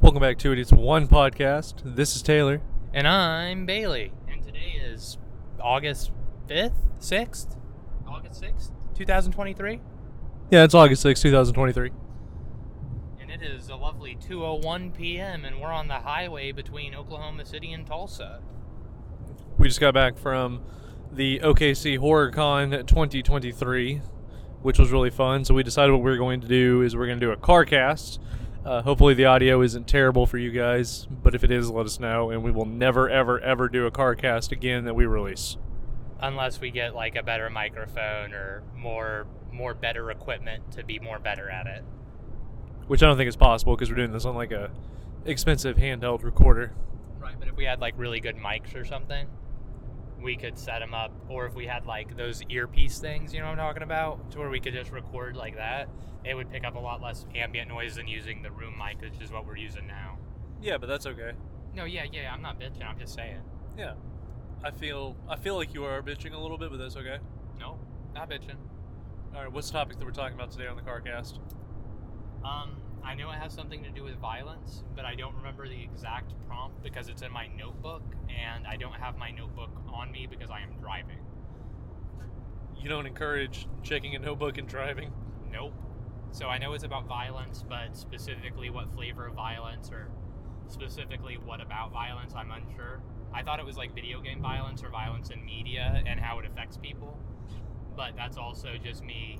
Welcome back to it. It's one podcast. This is Taylor. And I'm Bailey. And today is August 5th? 6th? August 6th, 2023. Yeah, it's August sixth, two 2023. And it is a lovely 2.01 p.m. and we're on the highway between Oklahoma City and Tulsa. We just got back from the OKC HorrorCon 2023, which was really fun. So we decided what we are going to do is we're going to do a car cast. Uh, hopefully the audio isn't terrible for you guys, but if it is, let us know, and we will never, ever, ever do a car cast again that we release. Unless we get like a better microphone or more more better equipment to be more better at it. Which I don't think is possible because we're doing this on like a expensive handheld recorder. Right, but if we had like really good mics or something, we could set them up. Or if we had like those earpiece things, you know what I'm talking about, to where we could just record like that, it would pick up a lot less ambient noise than using the room mic, which is what we're using now. Yeah, but that's okay. No, yeah, yeah, I'm not bitching. I'm just saying. Yeah, I feel I feel like you are bitching a little bit, but that's okay. No, not bitching. All right, what's the topic that we're talking about today on the CarCast? Um, I know it has something to do with violence, but I don't remember the exact prompt because it's in my notebook, and I don't have my notebook on me because I am driving. You don't encourage checking a notebook and driving. Nope. So I know it's about violence, but specifically what flavor of violence or specifically what about violence, I'm unsure. I thought it was like video game violence or violence in media and how it affects people, but that's also just me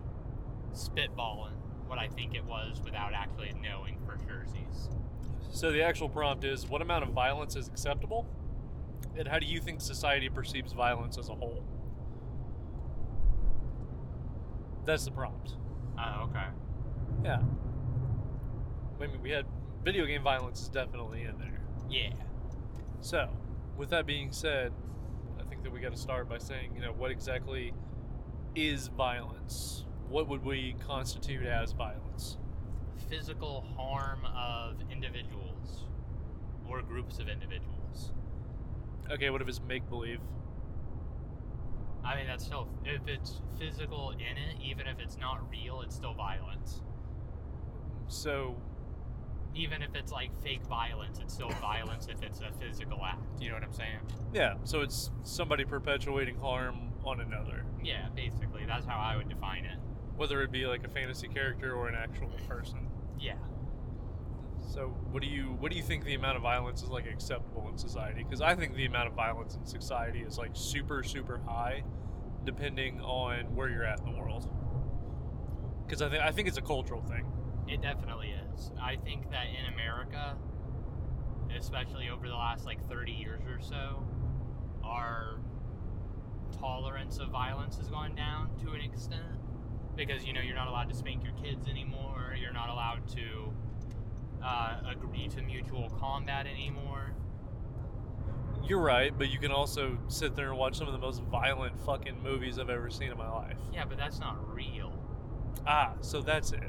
spitballing what I think it was without actually knowing for jerseys. So the actual prompt is: What amount of violence is acceptable, and how do you think society perceives violence as a whole? That's the prompt. Oh, okay. Yeah. I mean, we had video game violence is definitely in there. Yeah. So, with that being said, I think that we got to start by saying, you know, what exactly is violence? What would we constitute as violence? Physical harm of individuals or groups of individuals. Okay, what if it's make believe? I mean, that's still, if it's physical in it, even if it's not real, it's still violence. So, Even if it's like fake violence, it's still violence if it's a physical act. You know what I'm saying? yeah, so it's somebody perpetuating harm on another, Yeah, basically. That's how I would define it. whether it be like a fantasy character or an actual person. Yeah. So, what do you what do you think the amount of violence is like acceptable in society? Because I think the amount of violence in society is like super super high, depending on where you're at in the world. Because I think I think it's a cultural thing. It definitely is. I think that in America, especially over the last like 30 years or so, our tolerance of violence has gone down to an extent because you know you're not allowed to spank your kids anymore, you're not allowed to uh, agree to mutual combat anymore. You're right, but you can also sit there and watch some of the most violent fucking movies I've ever seen in my life. Yeah, but that's not real. Ah, so that's it.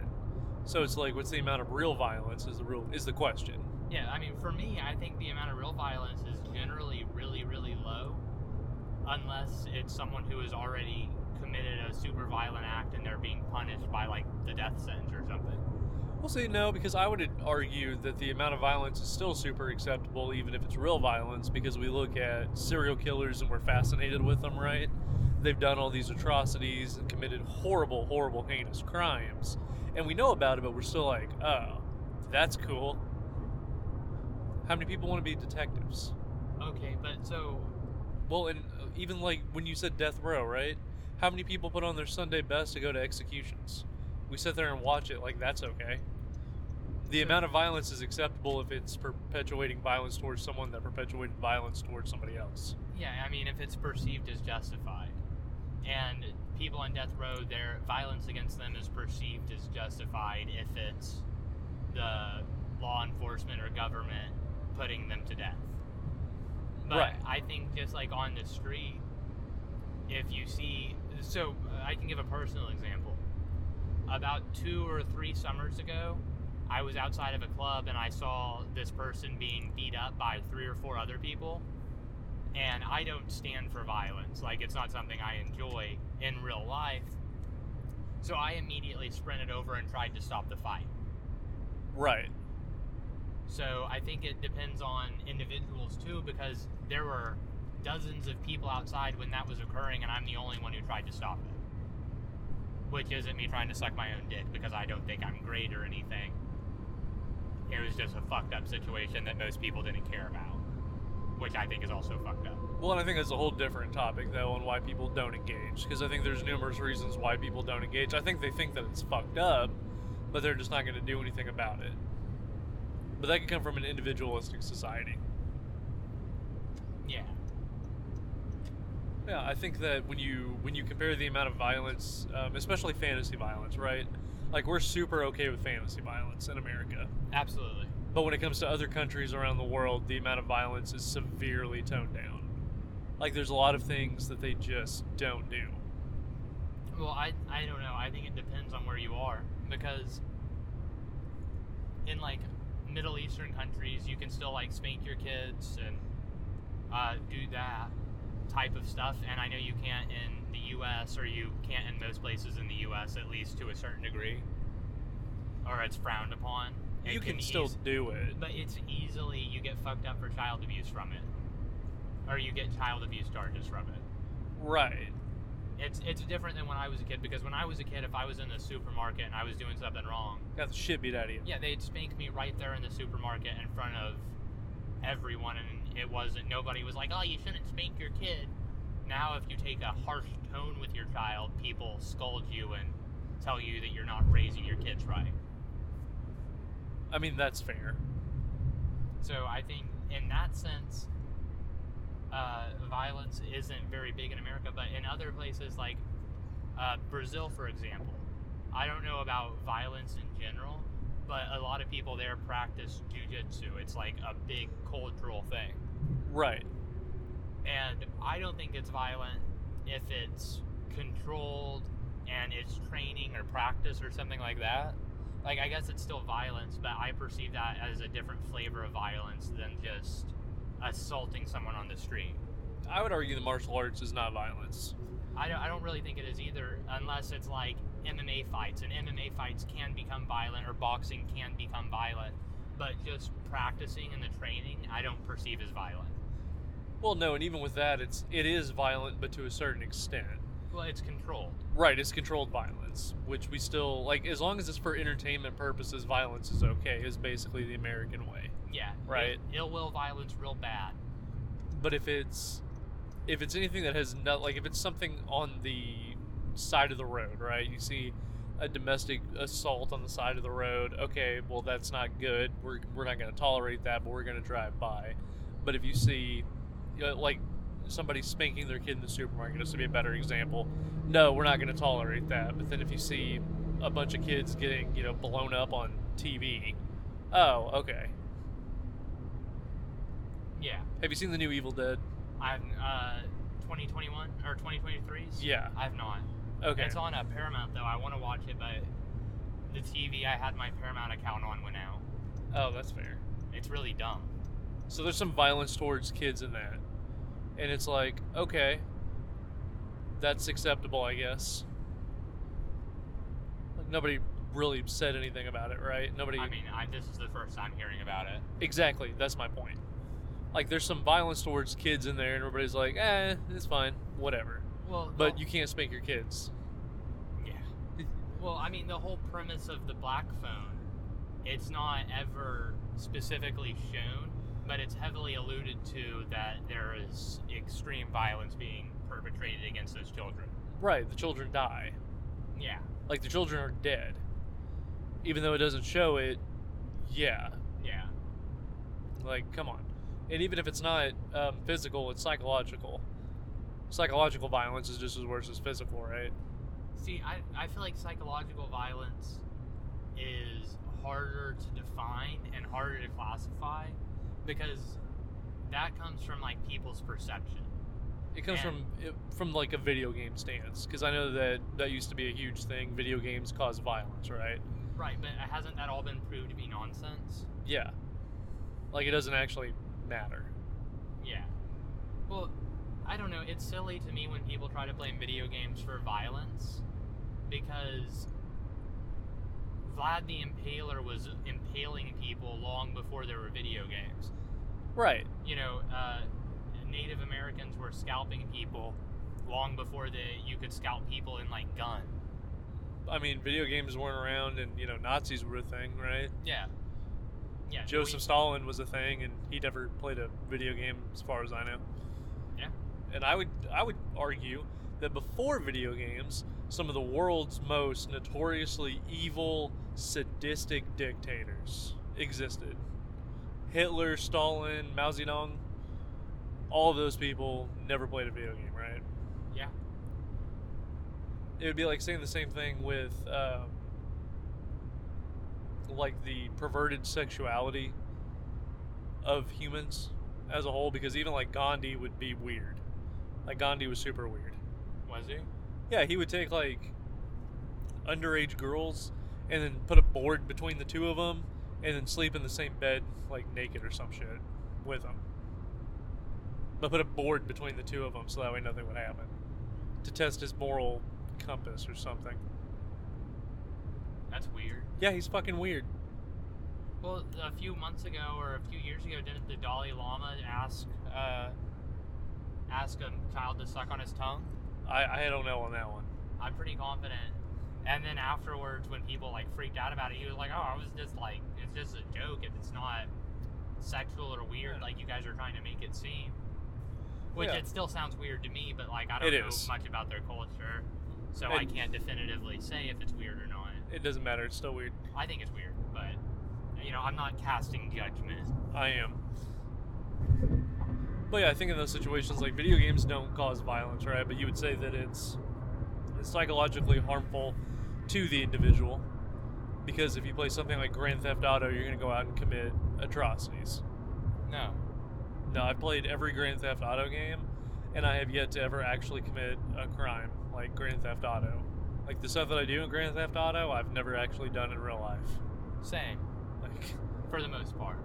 So it's like, what's the amount of real violence? Is the real is the question. Yeah, I mean, for me, I think the amount of real violence is generally really, really low, unless it's someone who has already committed a super violent act and they're being punished by like the death sentence or something. Well, see, no, because I would argue that the amount of violence is still super acceptable, even if it's real violence, because we look at serial killers and we're fascinated with them, right? They've done all these atrocities and committed horrible, horrible, heinous crimes. And we know about it, but we're still like, oh, that's cool. How many people want to be detectives? Okay, but so Well, and uh, even like when you said death row, right? How many people put on their Sunday best to go to executions? We sit there and watch it like that's okay. The Sure. amount of violence is acceptable if it's perpetuating violence towards someone that perpetuated violence towards somebody else. yeah, I mean, if it's perceived as justified, and people on death row, their violence against them is perceived as justified if it's the law enforcement or government putting them to death. But Right. I think just like on the street, if you see, so uh, I can give a personal example. About two or three summers ago, I was outside of a club and I saw this person being beat up by three or four other people. And I don't stand for violence. Like, it's not something I enjoy in real life. So I immediately sprinted over and tried to stop the fight. Right. So I think it depends on individuals too, because there were dozens of people outside when that was occurring, and I'm the only one who tried to stop it. Which isn't me trying to suck my own dick because I don't think I'm great or anything. It was just a fucked up situation that most people didn't care about, which I think is also fucked up. Well, and I think that's a whole different topic, though, on why people don't engage. Because I think there's numerous reasons why people don't engage. I think they think that it's fucked up, but they're just not going to do anything about it. But that could come from an individualistic society. Yeah. Yeah, I think that when you when you compare the amount of violence, um, especially fantasy violence, right? Like we're super okay with fantasy violence in America, Absolutely. but when it comes to other countries around the world, the amount of violence is severely toned down. Like there's a lot of things that they just don't do. Well, I, I don't know. I think it depends on where you are because in like Middle Eastern countries, you can still like spank your kids and uh, do that type of stuff. And I know you can't in the U.S. or you can't in most places in the U.S. at least to a certain degree, or it's frowned upon. It you can, still eas- do it. but it's easily you get fucked up for child abuse from it, or you get child abuse charges from it. Right. It's it's different than when I was a kid because when I was a kid, if I was in the supermarket and I was doing something wrong, Got the shit beat out of you. yeah, they'd spank me right there in the supermarket in front of everyone, and it wasn't nobody was like, "Oh, you shouldn't spank your kid." Now, if you take a harsh tone with your child, people scold you and tell you that you're not raising your kids right. I mean, that's fair. So I think in that sense, uh, violence isn't very big in America, but in other places like uh, Brazil, for example, I don't know about violence in general, but a lot of people there practice jujitsu. It's like a big cultural thing, Right. and I don't think it's violent if it's controlled and it's training or practice or something like that. Like I guess it's still violence, but I perceive that as a different flavor of violence than just assaulting someone on the street. I would argue the martial arts is not violence. I don't, I don't really think it is either, unless it's like MMA fights, and MMA fights can become violent, or boxing can become violent. But just practicing and the training, I don't perceive as violent. Well, no, and even with that, it's it is violent, but to a certain extent. Well, it's controlled. Right. It's controlled violence, which we still like as long as it's for entertainment purposes. Violence is okay. Is basically the American way. Yeah. Right. Ill will violence, real bad. But if it's if it's anything that has not like if it's something on the side of the road, right? You see a domestic assault on the side of the road. Okay, well that's not good. We're we're not going to tolerate that, but we're going to drive by. But if you see you know, like somebody spanking their kid in the supermarket, this would be a better example. No, we're not going to tolerate that. But then if you see a bunch of kids getting, you know, blown up on TV, oh, okay. Yeah. Have you seen the new Evil Dead? I've uh, 2021 or 2023's. Yeah. I've not. Okay. It's on a Paramount though. I want to watch it, but the TV I had my Paramount account on went out. Oh, that's fair. It's really dumb. So there's some violence towards kids in that. And it's like, okay, that's acceptable, I guess. Like nobody really said anything about it, right? Nobody I mean, I, this is the first time hearing about it. Exactly, that's my point. Like there's some violence towards kids in there and everybody's like, "Eh, it's fine, whatever." Well, But you can't spank your kids. Yeah. Well, I mean, the whole premise of the black phone, it's not ever specifically shown, but it's heavily alluded to that there is extreme violence being perpetrated against those children. Right, the children die. Yeah. Like the children are dead. Even though it doesn't show it, yeah, Yeah. Like, come on. And even if it's not um, physical, it's psychological. Psychological violence is just as worse as physical, right? See, I, I feel like psychological violence is harder to define and harder to classify because that comes from like people's perception. It comes Yeah. from it, from like a video game stance, because I know that that used to be a huge thing. Video games cause violence, right? Right, but hasn't that all been proved to be nonsense? Yeah. Like it doesn't actually matter. Yeah. Well, I don't know. It's silly to me when people try to blame video games for violence because Vlad the Impaler was impaling people long before there were video games. Right. You know, uh, Native Americans were scalping people long before the you could scalp people in like gun. I mean, video games weren't around, and you know, Nazis were a thing, right? Yeah. Yeah. we- Joseph Stalin was a thing, and he never played a video game, as far as I know. Yeah. And I would I would argue that before video games, some of the world's most notoriously evil, sadistic dictators existed. Hitler, Stalin, Mao Zedong, all of those people never played a video game, right? Yeah. It would be like saying the same thing with um, like the perverted sexuality of humans as a whole because even like Gandhi would be weird. Like Gandhi was super weird. Was he? Yeah, he would take like underage girls and then put a board between the two of them and then sleep in the same bed like naked or some shit with them. But put a board between the two of them so that way nothing would happen. To test his moral compass or something. That's weird. Yeah, he's fucking weird. Well, a few months ago or a few years ago, didn't the Dalai Lama ask uh, ask a child to suck on his tongue? I, I don't know on that one. I'm pretty confident. And then afterwards, when people like freaked out about it, he was like, "Oh, I was just like, it's just a joke. If it's not sexual or weird, like you guys are trying to make it seem." Which Yeah. it still sounds weird to me, but like I don't It know is. much about their culture, so I And- can't definitively say if it's weird or not. It doesn't matter, it's still weird. I think it's weird, but you know, I'm not casting judgment. I am. But yeah, I think in those situations, like video games don't cause violence, right? But you would say that it's, it's psychologically harmful to the individual because if you play something like Grand Theft Auto, you're going to go out and commit atrocities. No. No, I've played every Grand Theft Auto game, and I have yet to ever actually commit a crime like Grand Theft Auto. Like the stuff that I do in Grand Theft Auto, I've never actually done in real life. Same. Like, for the most part.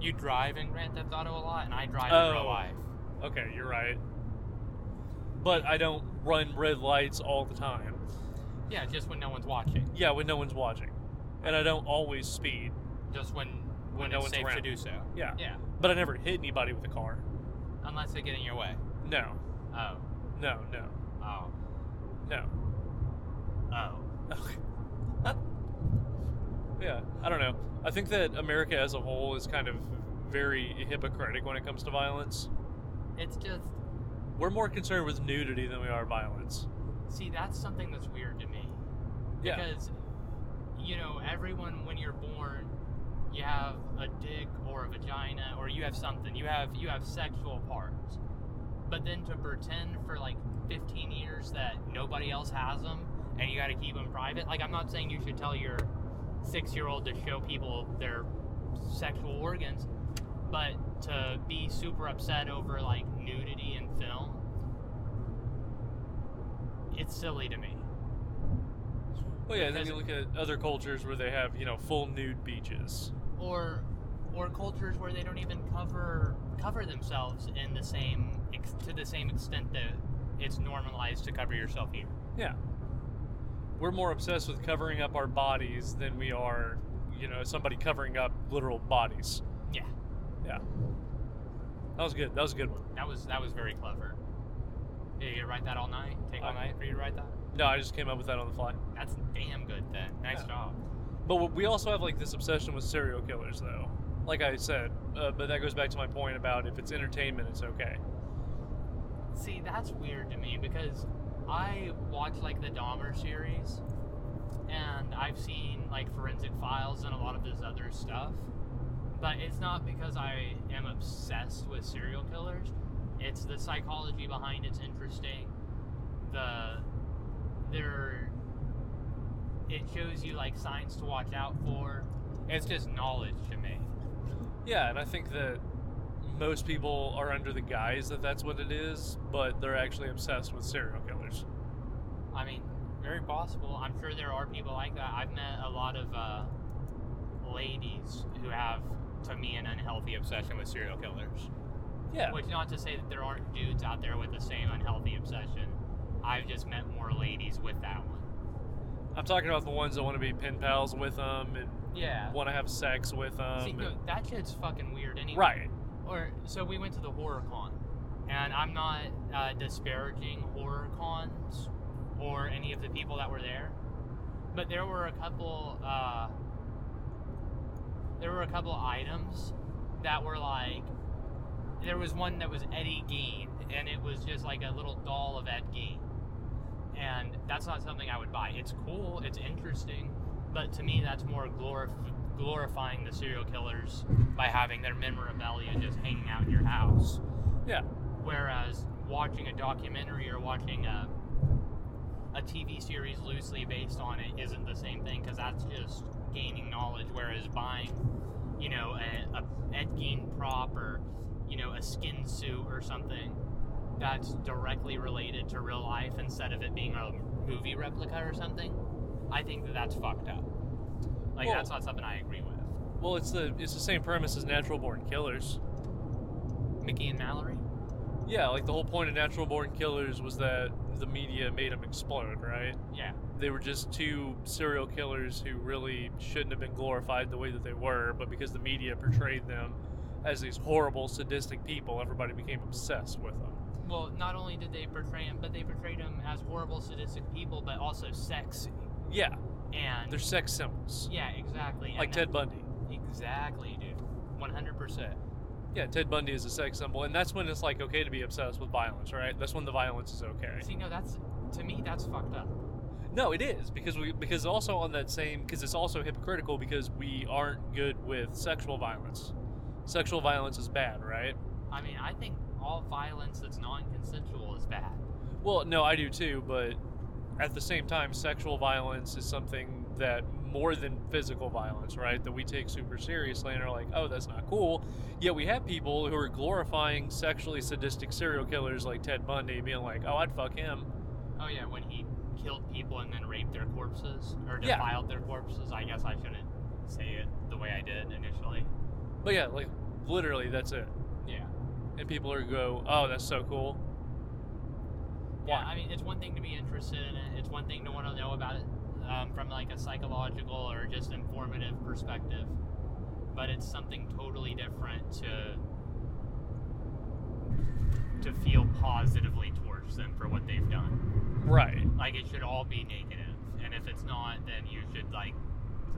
You drive in Grand Theft Auto a lot, and I drive in real Oh. life. Okay, you're right. But I don't run red lights all the time. Yeah, just when no one's watching, Yeah, when no one's watching. And I don't always speed. just when when, no it's one's safe to around. do so. Yeah. Yeah, But I never hit anybody with a car. unless they get in your way. No, Oh, no, no, oh, no. oh. yeah, I don't know. I think that America as a whole is kind of very hypocritic when it comes to violence. It's just We're more concerned with nudity than we are violence. see that's something that's weird to me Yeah. because you know everyone when you're born you have a dick or a vagina or you have something you have you have sexual parts but then to pretend for like 15 years that nobody else has them and you got to keep them private like i'm not saying you should tell your six year old to show people their sexual organs but to be super upset over like nudity in film it's silly to me Well, yeah, and then you because- look at other cultures where they have, you know, full nude beaches. or or cultures where they don't even cover cover themselves in the same ex- to the same extent that it's normalized to cover yourself here. we're more obsessed with covering up our bodies than we are, you know, somebody covering up literal bodies. Yeah. Yeah. That was good. That was a good one. That was that was very clever. Yeah, you write that all night. Take all Uh, night for you to write that. No, I just came up with that on the fly. That's damn good then. Nice Yeah. job. But w- we also have like this obsession with serial killers, though. Like I said, uh, but that goes back to my point about if it's entertainment, it's okay. See, that's weird to me because I watch like the Dahmer series, and I've seen like Forensic Files and a lot of this other stuff, but it's not because I am obsessed with serial killers. It's the psychology behind it's interesting. The there, it shows you like signs to watch out for. It's just knowledge to me. Yeah, and I think that most people are under the guise that that's what it is, but they're actually obsessed with serial killers. I mean, very possible. I'm sure there are people like that. I've met a lot of uh, ladies who have, to me, an unhealthy obsession with serial killers. Yeah. Which, not to say that there aren't dudes out there with the same unhealthy obsession. I've just met more ladies with that one. I'm talking about the ones that want to be pen pals with them and Yeah. want to have sex with them. See, no, that shit's fucking weird anyway. right. Or so we went to the horror con, and I'm not uh, disparaging horror cons or any of the people that were there, but there were a couple. Uh, there were a couple items that were like. There was one that was Eddie Gein, and it was just like a little doll of Ed Gein, and that's not something I would buy. It's cool. It's interesting. But to me, that's more glorif- glorifying the serial killers by having their memorabilia just hanging out in your house. Yeah. Whereas watching a documentary or watching a, a TV series loosely based on it isn't the same thing because that's just gaining knowledge. Whereas buying, you know, a, a Ed Gein prop or, you know, a skin suit or something that's directly related to real life instead of it being a movie replica or something, I think that that's fucked up. Like, Well- that's not something I agree with. Well, it's the it's the same premise as Natural Born Killers. Mickey and Mallory? Yeah, like the whole point of Natural Born Killers was that the media made them explode, right? Yeah. They were just two serial killers who really shouldn't have been glorified the way that they were, but because the media portrayed them as these horrible, sadistic people, everybody became obsessed with them. Well, not only did they portray him, but they portrayed him as horrible, sadistic people, but also sexy. Yeah, And they're sex symbols, yeah, exactly. And like that- Ted Bundy. Exactly, dude. One hundred percent. Yeah, Ted Bundy is a sex symbol, and that's when it's like okay to be obsessed with violence, right? That's when the violence is okay. See, no, that's to me that's fucked up. No, it is because we because also on that same because it's also hypocritical because we aren't good with sexual violence. Sexual violence is bad, right? I mean, I think all violence that's non-consensual is bad. Well, no, I do too, but at the same time, sexual violence is something that more than physical violence, right? That we take super seriously and are like, oh, that's not cool. Yet we have people who are glorifying sexually sadistic serial killers like Ted Bundy, being like, oh, I'd fuck him. Oh yeah, when he killed people and then raped their corpses or Yeah. defiled their corpses. I guess I shouldn't say it the way I did initially. But yeah, like literally, that's it. Yeah. And people are go, oh, that's so cool. Yeah, Why? I mean, it's one thing to be interested in it. It's one thing to want to know about it um, from like a psychological or just informative perspective. But it's something totally different to to feel positively towards them for what they've done. Right. Like it should all be negative, and if it's not, then you should like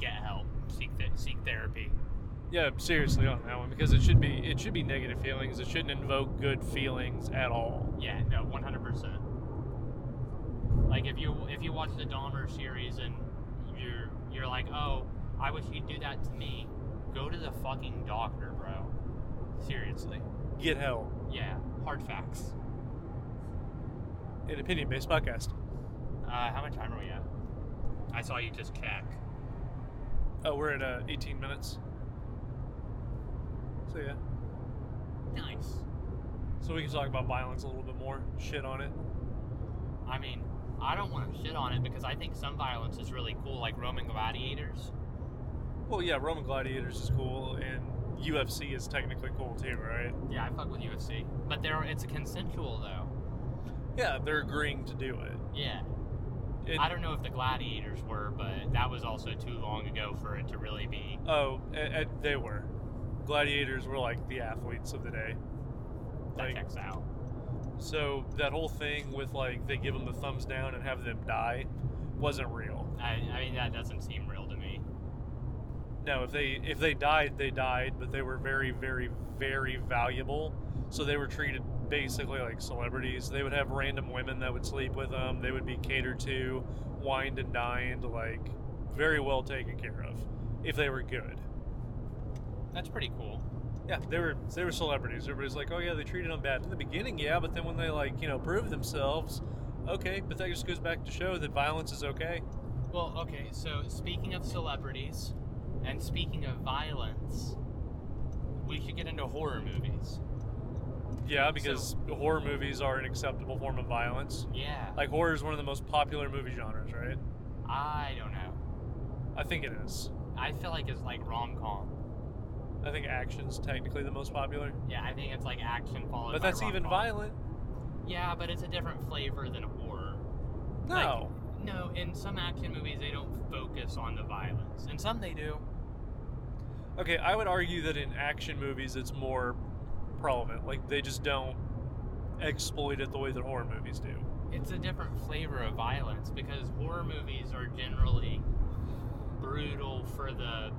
get help, seek th- seek therapy. Yeah, seriously on that one because it should be it should be negative feelings. It shouldn't invoke good feelings at all. Yeah, no, one hundred percent. Like if you if you watch the Dahmer series and you're you're like, oh, I wish he'd do that to me. Go to the fucking doctor, bro. Seriously. Get help. Yeah, hard facts. An opinion based podcast. Uh, how much time are we at? I saw you just check. Oh, we're at uh, 18 minutes. So yeah, Nice. so we can talk about violence a little bit more. Shit on it. I mean, I don't want to shit on it because I think some violence is really cool, like Roman gladiators. Well, yeah, Roman gladiators is cool, and UFC is technically cool too, right? Yeah, I fuck with UFC, but there it's a consensual though. Yeah, they're agreeing to do it. Yeah. It- I don't know if the gladiators were, but that was also too long ago for it to really be. Oh, a a- they were. Gladiators were like the athletes of the day. That Like, checks out. So that whole thing with like they give them the thumbs down and have them die wasn't real. I, I mean, that doesn't seem real to me. No, if they if they died, they died, but they were very very very valuable. So they were treated basically like celebrities. They would have random women that would sleep with them. They would be catered to, wined and dined, like very well taken care of if they were good. That's pretty cool. Yeah, they were they were celebrities. Everybody's like, oh yeah, they treated them bad in the beginning, yeah, but then when they like you know prove themselves, okay. But that just goes back to show that violence is okay. Well, okay, so speaking of celebrities and speaking of violence, we should get into horror movies. Yeah, because horror movies are an acceptable form of violence. Yeah. Like horror is one of the most popular movie genres, right? I don't know. I think it is. I feel like it's like rom com. I think action's technically the most popular, Yeah, I think it's like action followed but by that's even rom-com. violent. Yeah, but it's a different flavor than horror. No, Like, No, in some action movies, they don't focus on the violence. In some, they do. Okay, I would argue that in action movies, it's more prevalent. Like they just don't exploit it the way that horror movies do. It's a different flavor of violence because horror movies are generally brutal for the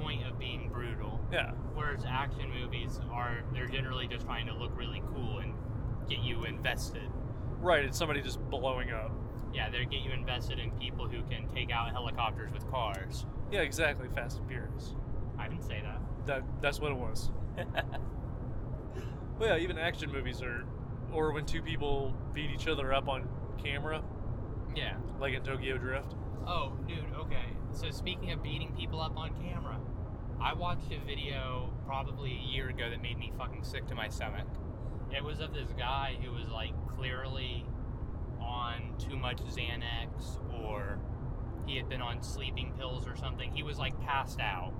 point of being brutal, Yeah, whereas action movies are they're generally just trying to look really cool and get you invested. right. It's somebody just blowing up. Yeah, they get you invested in people who can take out helicopters with cars. Yeah, exactly. Fast and Furious. I didn't say that. That that's what it was. well, yeah, even action movies are, or when two people beat each other up on camera, Yeah. like in Tokyo Drift. Oh, dude, okay. So speaking of beating people up on camera, I watched a video probably a year ago that made me fucking sick to my stomach. It was of this guy who was like clearly on too much Xanax or he had been on sleeping pills or something. He was like passed out.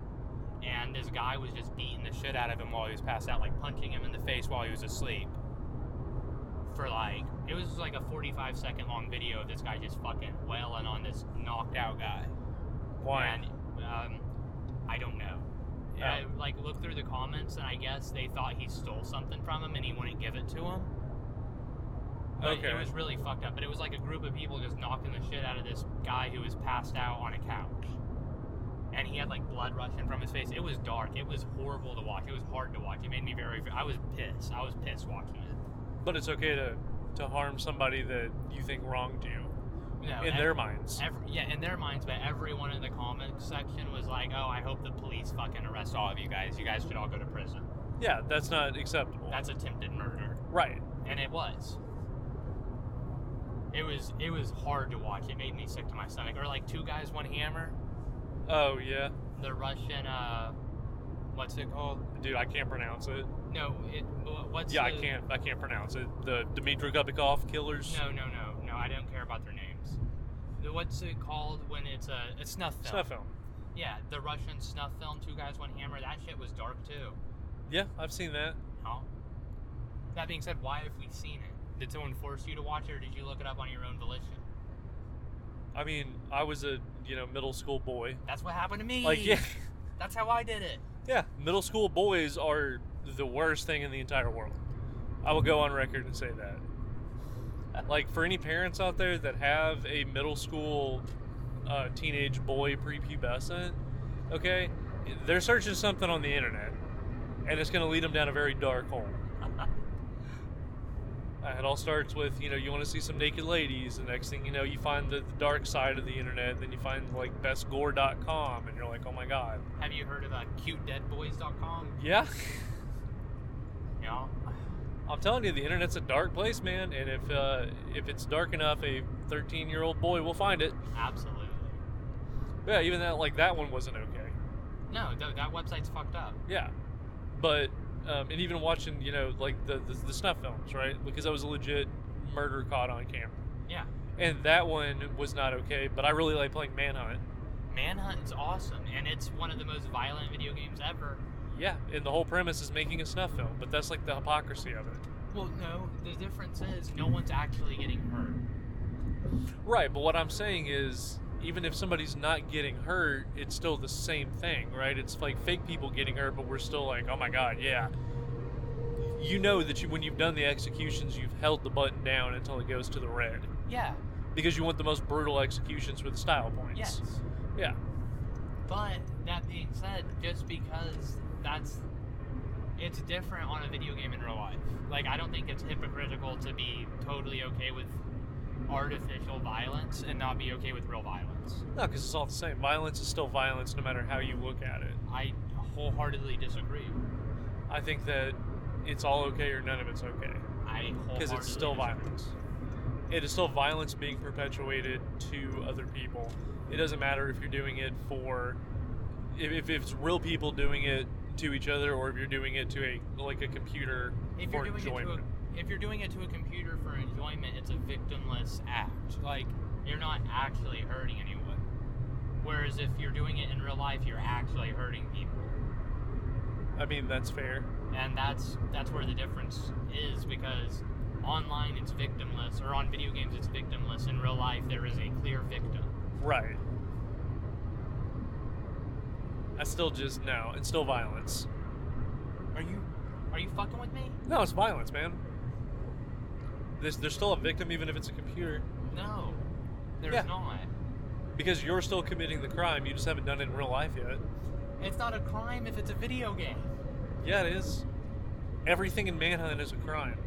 And this guy was just beating the shit out of him while he was passed out, like punching him in the face while he was asleep. For like, it was like a 45 second long video of this guy just fucking wailing on this knocked out guy. Why? And, um, I don't know. Yeah. I like looked through the comments, and I guess they thought he stole something from him, and he wouldn't give it to him. But Okay. It was really fucked up. But it was like a group of people just knocking the shit out of this guy who was passed out on a couch, and he had like blood rushing from his face. It was dark. It was horrible to watch. It was hard to watch. It made me very. I was pissed. I was pissed watching it. But it's okay to to harm somebody that you think wronged you No, in ev- their minds. Every, yeah, in their minds, but everyone in the comment section was like, "Oh, I hope the police fucking arrest all of you guys. You guys should all go to prison. yeah, that's not acceptable. That's attempted murder." right. And it was. It was it was hard to watch. It made me sick to my stomach. Or like two guys, one hammer. Oh yeah, The Russian, uh, what's it called? dude, I can't pronounce it. No, it what's yeah, the- I can't. I can't pronounce it. The Dmitry Gubikov killers. No, no, no, no. I don't care about their names. The- What's it called when it's a, a snuff film? Snuff film. Yeah, the Russian snuff film. Two guys, one hammer. That shit was dark too. Yeah, I've seen that. No. That being said, why have we seen it? Did someone force you to watch it, or did you look it up on your own volition? I mean, I was a you know middle school boy. That's what happened to me. Like yeah, That's how I did it. yeah. Middle school boys are the worst thing in the entire world. I will go on record and say that. Like for any parents out there that have a middle school uh, teenage boy prepubescent, okay, they're searching something on the internet, and it's going to lead them down a very dark hole. Uh, it all starts with you know you want to see some naked ladies and next thing you know you find the, the dark side of the internet then you find like bestgore.com and you're like oh my god Have you heard of uh, cutedeadboys.com? yeah Yeah. i'm telling you the internet's a dark place man and if uh, if it's dark enough a 13 year old boy will find it Absolutely. But yeah even that like that one wasn't okay No, th- that website's fucked up. yeah but um, and even watching you know like the, the the snuff films right because that was a legit murder caught on camera Yeah. and that one was not okay but i really like playing manhunt Manhunt is awesome, and it's one of the most violent video games ever. Yeah, and the whole premise is making a snuff film, but that's like the hypocrisy of it. Well, no, the difference is no one's actually getting hurt. Right, but what I'm saying is even if somebody's not getting hurt, it's still the same thing, right? It's like fake people getting hurt, but we're still like, oh my god, yeah. You know that you when you've done the executions, you've held the button down until it goes to the red Yeah. because you want the most brutal executions for the style points. Yes. Yeah. But that being said, just because that's it's different on a video game in real life. Like I don't think it's hypocritical to be totally okay with artificial violence and not be okay with real violence. No, because it's all the same. Violence is still violence no matter how you look at it. I wholeheartedly disagree. I think that it's all okay or none of it's okay. I because it's still wholeheartedly violence. It is still violence being perpetuated to other people. It doesn't matter if you're doing it for, if, if it's real people doing it to each other, or if you're doing it to a like a computer disagree. If for you're doing enjoyment. it to a, if you're doing it to a computer for enjoyment, it's a victimless act. Like you're not actually hurting anyone. Whereas if you're doing it in real life, you're actually hurting people. I mean, that's fair. and that's that's where the difference is because online it's victimless, or on video games it's victimless. In real life, there is a clear victim. Right. I still just no. It's still violence. Are you are you fucking with me? No, it's violence, man. There's, there's still a victim, even if it's a computer, No, there's Yeah. not. because you're still committing the crime. You just haven't done it in real life yet. It's not a crime if it's a video game. Yeah, it is. Everything in Manhunt is a crime.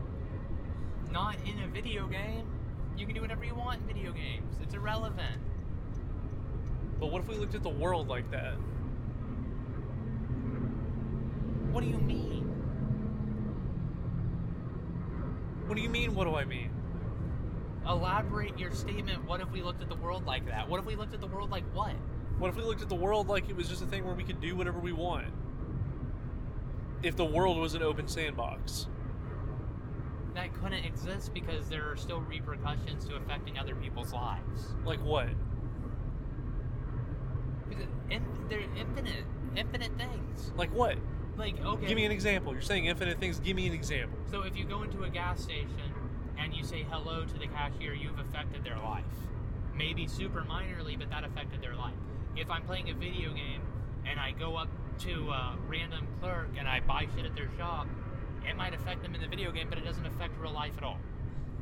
Not in a video game. You can do whatever you want in video games. It's irrelevant. But what if we looked at the world like that? What do you mean? What do you mean? What do I mean? Elaborate your statement. What if we looked at the world like that? What if we looked at the world like what? What if we looked at the world like it was just a thing where we could do whatever we want? If the world was an open sandbox. That couldn't exist because there are still repercussions to affecting other people's lives. Like what? Because in, they're infinite, infinite things. Like what? Like okay, Give me an example. You're saying infinite things. Give me an example. so if you go into a gas station and you say hello to the cashier, you've affected their life. Maybe super minorly, but that affected their life. If I'm playing a video game and I go up to a random clerk and I buy shit at their shop, it might affect them in the video game, but it doesn't affect real life at all.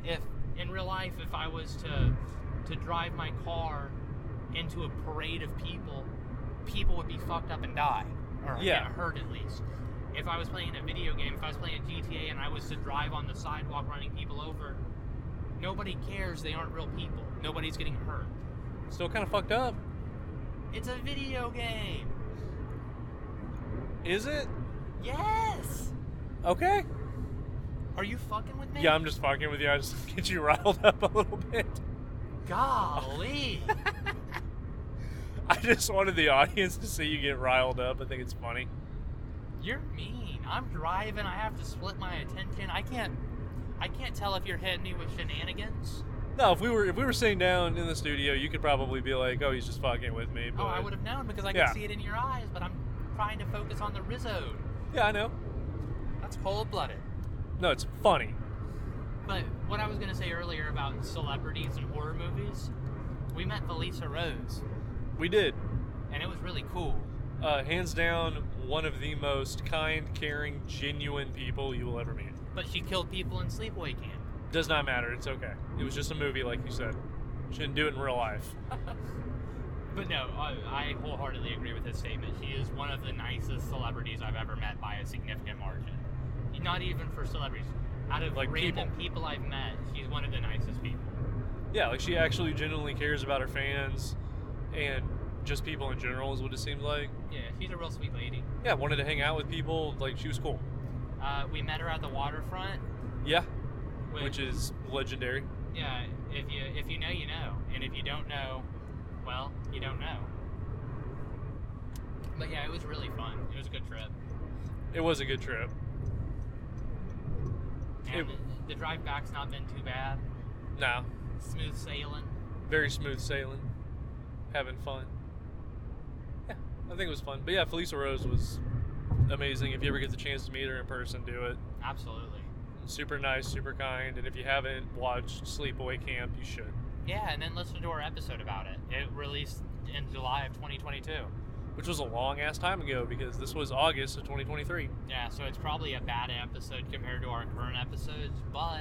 If in real life, if I was to to drive my car into a parade of people, people would be fucked up and die, or Yeah. get hurt at least. If I was playing a video game, if I was playing a GTA and I was to drive on the sidewalk running people over, nobody cares. They aren't real people. Nobody's getting hurt. Still kind of fucked up. It's a video game. Is it? Yes. Okay. Are you fucking with me? Yeah, I'm just fucking with you. I just get you riled up a little bit. Golly. I just wanted the audience to see you get riled up. I think it's funny. You're mean. I'm driving. I have to split my attention. I can't. I can't tell if you're hitting me with shenanigans. No, if we were if we were sitting down in the studio, you could probably be like, "Oh, he's just fucking with me." But Oh, I would have known because I Yeah. can see it in your eyes. But I'm trying to focus on the Rizzo. Yeah, I know. That's cold blooded. No, it's funny. But what I was gonna say earlier about celebrities and horror movies, we met Felicia Rose, We did. and it was really cool. Uh, hands down, one of the most kind, caring, genuine people you will ever meet. But she killed people in sleepaway camp. Does not matter. It's okay. It was just a movie, like you said. Shouldn't do it in real life. But no, I, I wholeheartedly agree with his statement. She is one of the nicest celebrities I've ever met by a significant margin. Not even for celebrities. Out of Like random people. I've met, she's one of the nicest people. Yeah, like she actually genuinely cares about her fans and just people in general, is what it seemed like. Yeah, she's a real sweet lady. Yeah, wanted to hang out with people. Like she was cool. Uh, we met her at the waterfront, Yeah, which, which is legendary. yeah, if you if you know, you know, and if you don't know, well, you don't know. But yeah, it was really fun. It was a good trip. It was a good trip. And It- the drive back's not been too bad. Nah, Smooth sailing. very smooth sailing, having fun. Yeah, I think it was fun. But yeah, Felicia Rose was amazing. If you ever get the chance to meet her in person, do it. Absolutely. Super nice, super kind. And if you haven't watched Sleepaway Camp, you should. Yeah, and then listen to our episode about it. It released in July of 2022. Which was a long ass time ago because this was August of 2023. Yeah, so it's probably a bad episode compared to our current episodes, but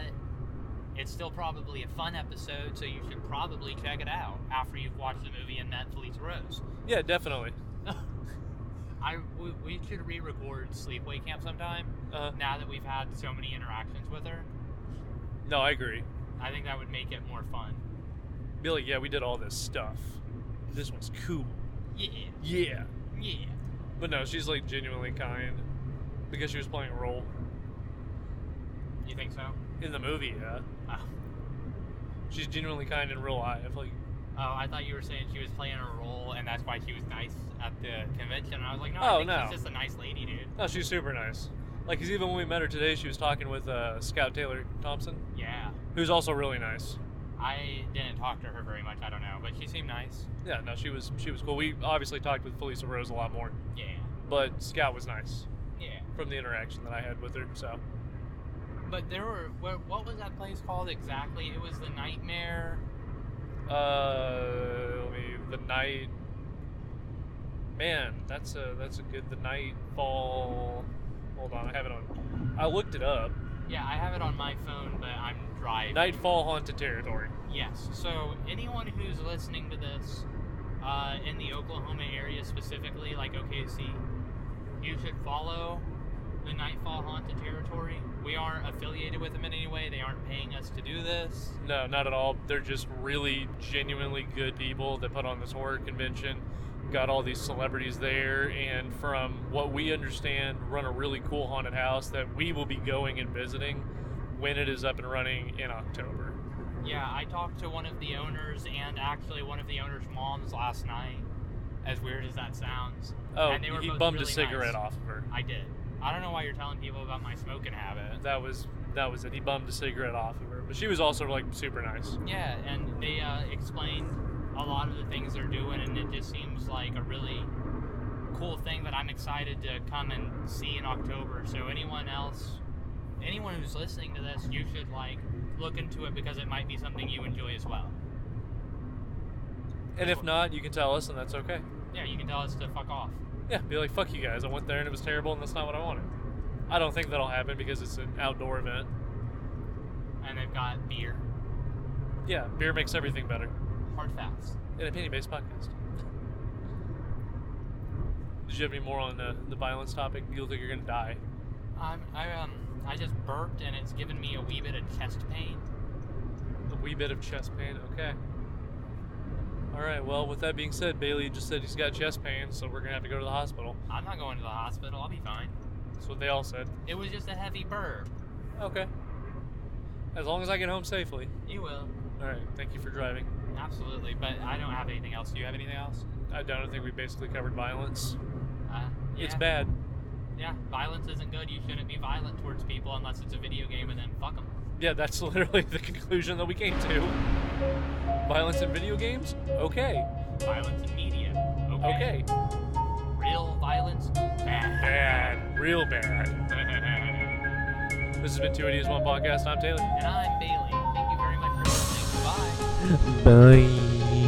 it's still probably a fun episode, so you should probably check it out after you've watched the movie and met Felicia Rose. Yeah, definitely. I we, we should re-record Sleepaway Camp sometime. Uh, Now that we've had so many interactions with her, no, I agree. I think that would make it more fun. Be like, yeah, we did all this stuff. This one's cool. Yeah, Yeah. yeah. But no, she's like genuinely kind because she was playing a role You think so? in the movie. Yeah. Ah. Oh. She's genuinely kind in real life. Like, Oh, I thought you were saying she was playing a role, and that's why she was nice at the convention. And I was like, no, I Oh, think no. she's just a nice lady, dude. no, she's super nice. Like, 'cause even when we met her today, she was talking with uh, Scout Taylor Thompson, Yeah, who's also really nice. I didn't talk to her very much. I don't know, but she seemed nice. Yeah, no, she was she was cool. We obviously talked with Felicia Rose a lot more, Yeah, but Scout was nice yeah. from the interaction that I had with her. So But there were what, what was that place called exactly? It was the Nightmare. Uh, let me- the night. Man, that's a that's a good. The nightfall. Hold on, I have it on. I looked it up. Yeah, I have it on my phone, but I'm driving. Nightfall haunted territory. Yes. So anyone who's listening to this uh, in the Oklahoma area specifically, like OKC, you should follow the Nightfall Haunted Territory. We aren't affiliated with them in any way. They aren't paying us to do this. No, not at all. They're just really genuinely good people that put on this horror convention. Got all these celebrities there, and from what we understand, run a really cool haunted house that we will be going and visiting when it is up and running in October. Yeah, I talked to one of the owners and actually one of the owner's moms last night. As weird as that sounds, Oh, And they were he both bummed a really cigarette nice. off of her. I did. I don't know why you're telling people about my smoking habit. That was that was it. He bummed a cigarette off of her, but she was also like super nice. Yeah, and they uh, explained a lot of the things they're doing, and it just seems like a really cool thing that I'm excited to come and see in October. So anyone else, anyone who's listening to this, you should like look into it because it might be something you enjoy as well. And if not, you can tell us, and that's okay. Yeah, you can tell us to fuck off. Yeah, be like, fuck you guys. I went there and it was terrible, and that's not what I wanted. I don't think that'll happen because it's an outdoor event. And they've got beer, Yeah, beer makes everything better. hard facts. An opinion-based podcast. Did you have any more on the, the violence topic? You look like you're gonna die. I'm, I um I just burped, and it's given me a wee bit of chest pain. A wee bit of chest pain. Okay. All right. Well, with that being said, Bailey just said he's got chest pain, so we're gonna have to go to the hospital. I'm not going to the hospital. I'll be fine. That's what they all said. It was just a heavy burp. Okay. As long as I get home safely. You will. All right. Thank you for driving. Absolutely, but I don't have anything else. Do you have anything else? I don't think we basically covered violence. Uh, yeah. It's bad. Yeah, violence isn't good. You shouldn't be violent towards people unless it's a video game, and then fuck them. Yeah, that's literally the conclusion that we came to. Violence in video games? Okay. Violence in media. Okay. Okay. Real violence. Bad. Bad. Real bad. and This has been Two Idiots One Podcast. I'm Taylor. I'm Bailey. Thank you very much for listening. Bye. Bye.